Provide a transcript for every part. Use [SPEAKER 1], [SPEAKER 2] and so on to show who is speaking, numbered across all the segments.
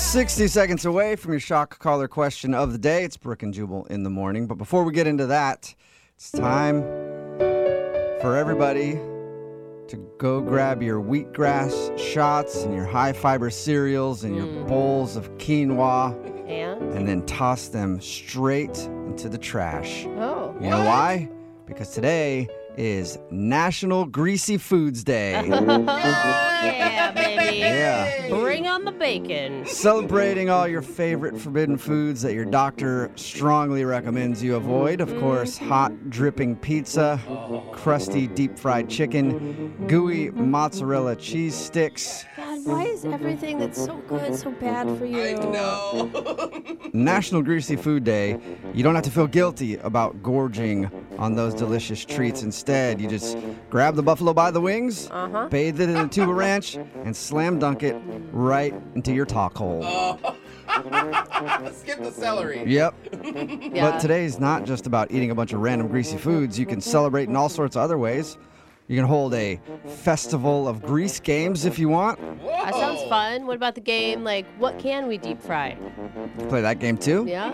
[SPEAKER 1] 60 seconds away from your shock collar question of the day. It's Brooke and Jubal in the morning. But before we get into that, it's time for everybody to go grab your wheatgrass shots and your high fiber cereals and your bowls of quinoa
[SPEAKER 2] And
[SPEAKER 1] and then toss them straight into the trash. You
[SPEAKER 2] oh,
[SPEAKER 1] know why? Because today is National Greasy Foods Day.
[SPEAKER 2] yeah, baby.
[SPEAKER 1] yeah.
[SPEAKER 2] Bring on the bacon.
[SPEAKER 1] Celebrating all your favorite forbidden foods that your doctor strongly recommends you avoid. Of course, hot dripping pizza, crusty deep fried chicken, gooey mozzarella cheese sticks.
[SPEAKER 3] God, why is everything that's so good so bad for you? I know.
[SPEAKER 1] National Greasy Food Day. You don't have to feel guilty about gorging on those delicious treats. Instead, you just grab the buffalo by the wings, bathe it in a tuba ranch, and slam dunk it right into your talk hole.
[SPEAKER 4] Skip the celery.
[SPEAKER 1] Yep.
[SPEAKER 2] Yeah.
[SPEAKER 1] But today's not just about eating a bunch of random greasy foods. You can celebrate in all sorts of other ways. You can hold a festival of grease games if you want.
[SPEAKER 2] That sounds fun. What about the game? Like, what can we deep fry?
[SPEAKER 1] Play that game too.
[SPEAKER 2] Yeah.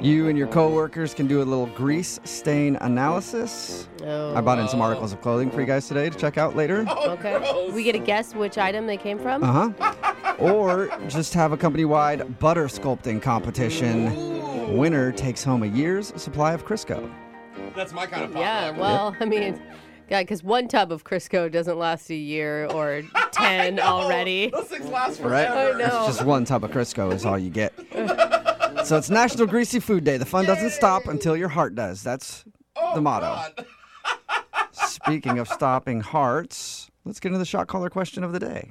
[SPEAKER 1] You and your coworkers can do a little grease stain analysis.
[SPEAKER 2] Oh.
[SPEAKER 1] I bought in some articles of clothing for you guys today to check out later.
[SPEAKER 2] Okay.
[SPEAKER 4] Oh,
[SPEAKER 2] We get to guess which item they came from.
[SPEAKER 1] Uh huh. or just have a company wide butter sculpting competition. Winner takes home a year's supply of Crisco.
[SPEAKER 4] That's my kind of potluck.
[SPEAKER 2] Yeah. Well, I mean, yeah, because one tub of Crisco doesn't last a year or ten already.
[SPEAKER 4] Oh, Those things last
[SPEAKER 1] Right?
[SPEAKER 2] I
[SPEAKER 4] forever.
[SPEAKER 2] know.
[SPEAKER 1] It's just one tub of Crisco is all you get. so it's National Greasy Food Day. The fun doesn't stop until your heart does. That's the motto.
[SPEAKER 4] God.
[SPEAKER 1] Speaking of stopping hearts, let's get into the shot caller question of the day.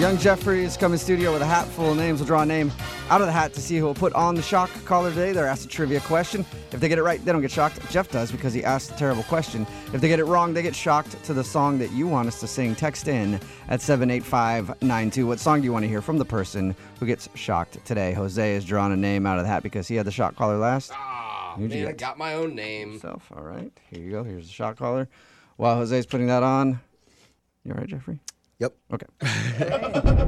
[SPEAKER 1] Young Jeffrey is coming studio with a hat full of names. We'll draw a name out of the hat to see who will put on the shock collar today. They're asked a trivia question. If they get it right, they don't get shocked. Jeff does because he asked a terrible question. If they get it wrong, they get shocked to the song that you want us to sing. Text in at 78592. What song do you want to hear from the person who gets shocked today? Jose has drawn a name out of the hat because he had the shock collar last.
[SPEAKER 4] Ah,
[SPEAKER 1] Who'd you
[SPEAKER 4] man, I
[SPEAKER 1] get?
[SPEAKER 4] got my own name.
[SPEAKER 1] Self. All right. Here you go. Here's the shot caller. While Jose's putting that on, you all right, Jeffrey?
[SPEAKER 5] Yep.
[SPEAKER 1] Okay.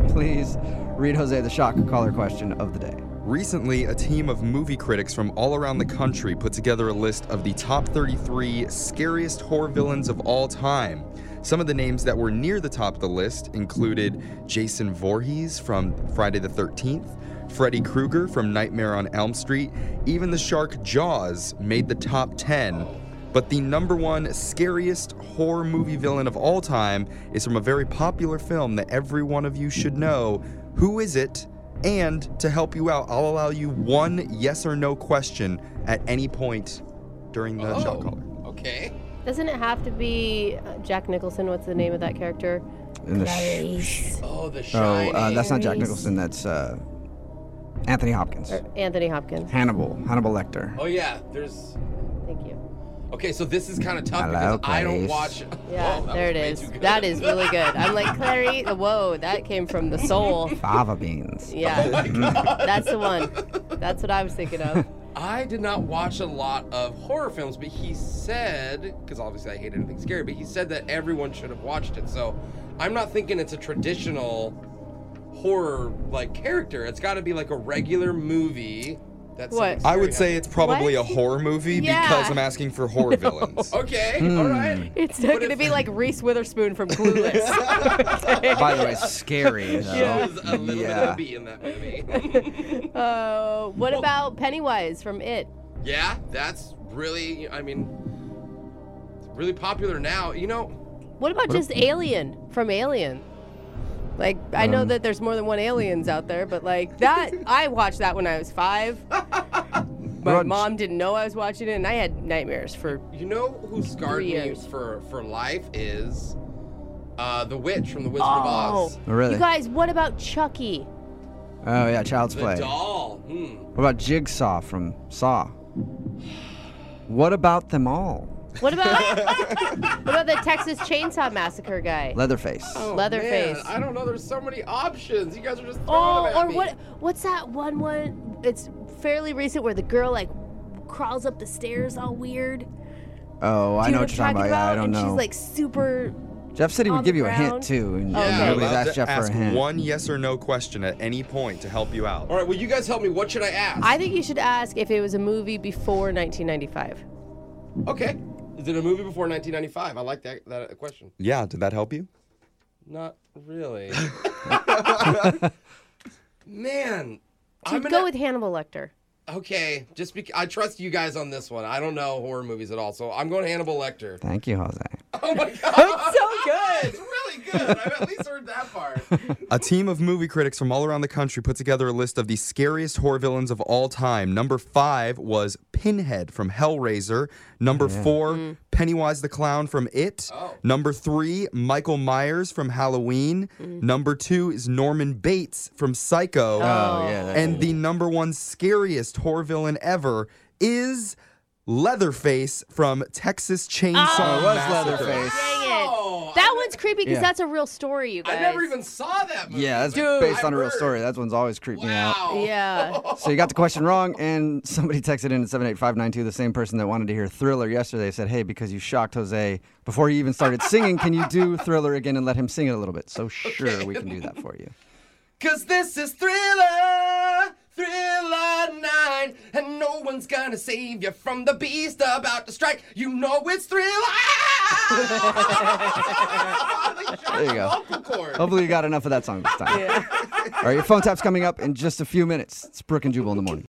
[SPEAKER 1] Please read Jose the shot caller question of the day.
[SPEAKER 5] Recently, a team of movie critics from all around the country put together a list of the top 33 scariest horror villains of all time. Some of the names that were near the top of the list included Jason Voorhees from Friday the 13th, Freddy Krueger from Nightmare on Elm Street, even the shark Jaws made the top 10. But the number one scariest horror movie villain of all time is from a very popular film that every one of you should know. Who is it? And to help you out, I'll allow you one yes or no question at any point during the shot caller.
[SPEAKER 4] Oh, Okay.
[SPEAKER 2] Doesn't it have to be uh, Jack Nicholson? What's the name of that character?
[SPEAKER 1] In the sh-
[SPEAKER 3] Nice.
[SPEAKER 4] Oh, the shiny.
[SPEAKER 1] oh, uh, that's not Jack
[SPEAKER 3] Shining.
[SPEAKER 1] Nicholson. That's uh, Anthony Hopkins.
[SPEAKER 2] Anthony Hopkins.
[SPEAKER 1] Hannibal. Hannibal Lecter.
[SPEAKER 4] oh yeah. There's.
[SPEAKER 2] Thank you.
[SPEAKER 4] Okay, so this is kind of tough
[SPEAKER 1] Hello,
[SPEAKER 4] because I don't
[SPEAKER 1] Clarice.
[SPEAKER 4] watch.
[SPEAKER 2] Yeah,
[SPEAKER 4] Whoa, that
[SPEAKER 2] there it
[SPEAKER 4] was way
[SPEAKER 2] is.
[SPEAKER 4] too good.
[SPEAKER 2] That is really good. I'm like, Clary, whoa, that came from the soul.
[SPEAKER 1] Fava beans.
[SPEAKER 2] Yeah. That's the one. That's what I was thinking of.
[SPEAKER 4] I did not watch a lot of horror films, but he said, because obviously I hate anything scary, but he said that everyone should have watched it. So I'm not thinking it's a traditional horror like character. It's got to be like a regular movie. That's
[SPEAKER 2] What?
[SPEAKER 5] I would say it's probably
[SPEAKER 2] What?
[SPEAKER 5] a horror movie
[SPEAKER 2] Yeah.
[SPEAKER 5] because I'm asking for horror villains.
[SPEAKER 4] Okay,
[SPEAKER 5] Hmm.
[SPEAKER 4] all right.
[SPEAKER 2] It's not going to be like Reese Witherspoon from Clueless. Okay.
[SPEAKER 1] By the way, scary. though.
[SPEAKER 4] There was a little bit
[SPEAKER 1] Yeah.
[SPEAKER 4] of B in that movie.
[SPEAKER 2] Uh, what about Pennywise from It?
[SPEAKER 4] yeah, that's really, I mean, it's really popular now. You know,
[SPEAKER 2] What about just Alien from Alien? Like, I know that there's more than one aliens out there, but like that, I watched that when I was five. My
[SPEAKER 1] Grudge.
[SPEAKER 2] mom didn't know I was watching it, and I had nightmares for.
[SPEAKER 4] you know who scarred me
[SPEAKER 2] years.
[SPEAKER 4] for for life is uh, the witch from the Wizard of
[SPEAKER 2] Oh,
[SPEAKER 4] Oz.
[SPEAKER 1] Really?
[SPEAKER 2] You guys, what about Chucky?
[SPEAKER 1] Oh, yeah. Child's
[SPEAKER 4] The
[SPEAKER 1] Play.
[SPEAKER 4] doll. Hmm.
[SPEAKER 1] What about Jigsaw from Saw? What about them all?
[SPEAKER 2] What about what about the Texas Chainsaw Massacre guy?
[SPEAKER 1] Leatherface.
[SPEAKER 4] Oh,
[SPEAKER 2] Leatherface.
[SPEAKER 4] Man, I don't know. There's so many options. You guys are just throwing
[SPEAKER 2] Oh,
[SPEAKER 4] them at
[SPEAKER 2] or
[SPEAKER 4] me.
[SPEAKER 2] what? What's that one? One? It's fairly recent where the girl like
[SPEAKER 3] Crawls up the stairs all weird.
[SPEAKER 1] Oh, I
[SPEAKER 2] Do
[SPEAKER 1] Oh, know
[SPEAKER 2] you
[SPEAKER 1] what you're talking about. Yeah, I don't
[SPEAKER 2] and
[SPEAKER 1] know.
[SPEAKER 2] she's like super
[SPEAKER 1] Jeff said he
[SPEAKER 3] On
[SPEAKER 1] would give
[SPEAKER 3] the
[SPEAKER 1] you a hint
[SPEAKER 3] ground?
[SPEAKER 1] too, and
[SPEAKER 2] Oh, okay.
[SPEAKER 5] You're
[SPEAKER 1] nobody's
[SPEAKER 5] allowed
[SPEAKER 1] asked
[SPEAKER 5] to
[SPEAKER 1] Jeff
[SPEAKER 5] ask
[SPEAKER 1] for a hint.
[SPEAKER 5] one yes or no question at any point to help you out.
[SPEAKER 4] All right, will you guys help me? What should I ask?
[SPEAKER 2] I think you should ask if it was a movie before 1995.
[SPEAKER 4] okay. Is it a movie before 1995? I like that, that question.
[SPEAKER 5] Yeah, did that help you?
[SPEAKER 4] Not really. Man,
[SPEAKER 2] To
[SPEAKER 4] I'm
[SPEAKER 2] go
[SPEAKER 4] gonna-
[SPEAKER 2] with Hannibal Lecter.
[SPEAKER 4] okay. Just bec I trust you guys on this one. I don't know horror movies at all, so I'm going Hannibal Lecter.
[SPEAKER 1] Thank you, Jose.
[SPEAKER 4] Oh my god,
[SPEAKER 2] So good.
[SPEAKER 4] it's really good. I've at least heard that part.
[SPEAKER 5] A team of movie critics from all around the country put together a list of the scariest horror villains of all time. Number five was Pinhead from Hellraiser. Number four,
[SPEAKER 1] Hmm.
[SPEAKER 5] Pennywise the Clown from It.
[SPEAKER 4] Oh.
[SPEAKER 5] Number three, Michael Myers from Halloween.
[SPEAKER 1] Hmm.
[SPEAKER 5] Number two is Norman Bates from Psycho.
[SPEAKER 1] Oh, yeah. That's
[SPEAKER 5] And the number one scariest horror villain ever is Leatherface from Texas Chainsaw
[SPEAKER 1] Oh, it was
[SPEAKER 5] Massacre.
[SPEAKER 1] Leatherface.
[SPEAKER 2] Dang it.
[SPEAKER 4] Oh,
[SPEAKER 2] that
[SPEAKER 4] I-
[SPEAKER 2] one's creepy because
[SPEAKER 1] Yeah.
[SPEAKER 2] that's a real story, you guys.
[SPEAKER 4] I never even saw that movie.
[SPEAKER 1] yeah, that's
[SPEAKER 2] Dude.
[SPEAKER 1] based on a real
[SPEAKER 4] I've heard.
[SPEAKER 1] story. That one's always creeped me out.
[SPEAKER 4] Wow.
[SPEAKER 2] Yeah.
[SPEAKER 1] So you got the question wrong, and somebody texted in at 78592, the same person that wanted to hear Thriller yesterday said, Hey, because you shocked Jose before he even started singing, can you do Thriller again and let him sing it a little bit? So sure, we can do that for you.
[SPEAKER 4] Cause this is thriller, thriller nine, and no one's gonna save you from the beast about to strike. You know it's thriller.
[SPEAKER 1] There you go.
[SPEAKER 4] Vocal cord.
[SPEAKER 1] Hopefully you got enough of that song this time. All right, your phone tap's coming up in just a few minutes. It's Brooke and Jubal in the morning.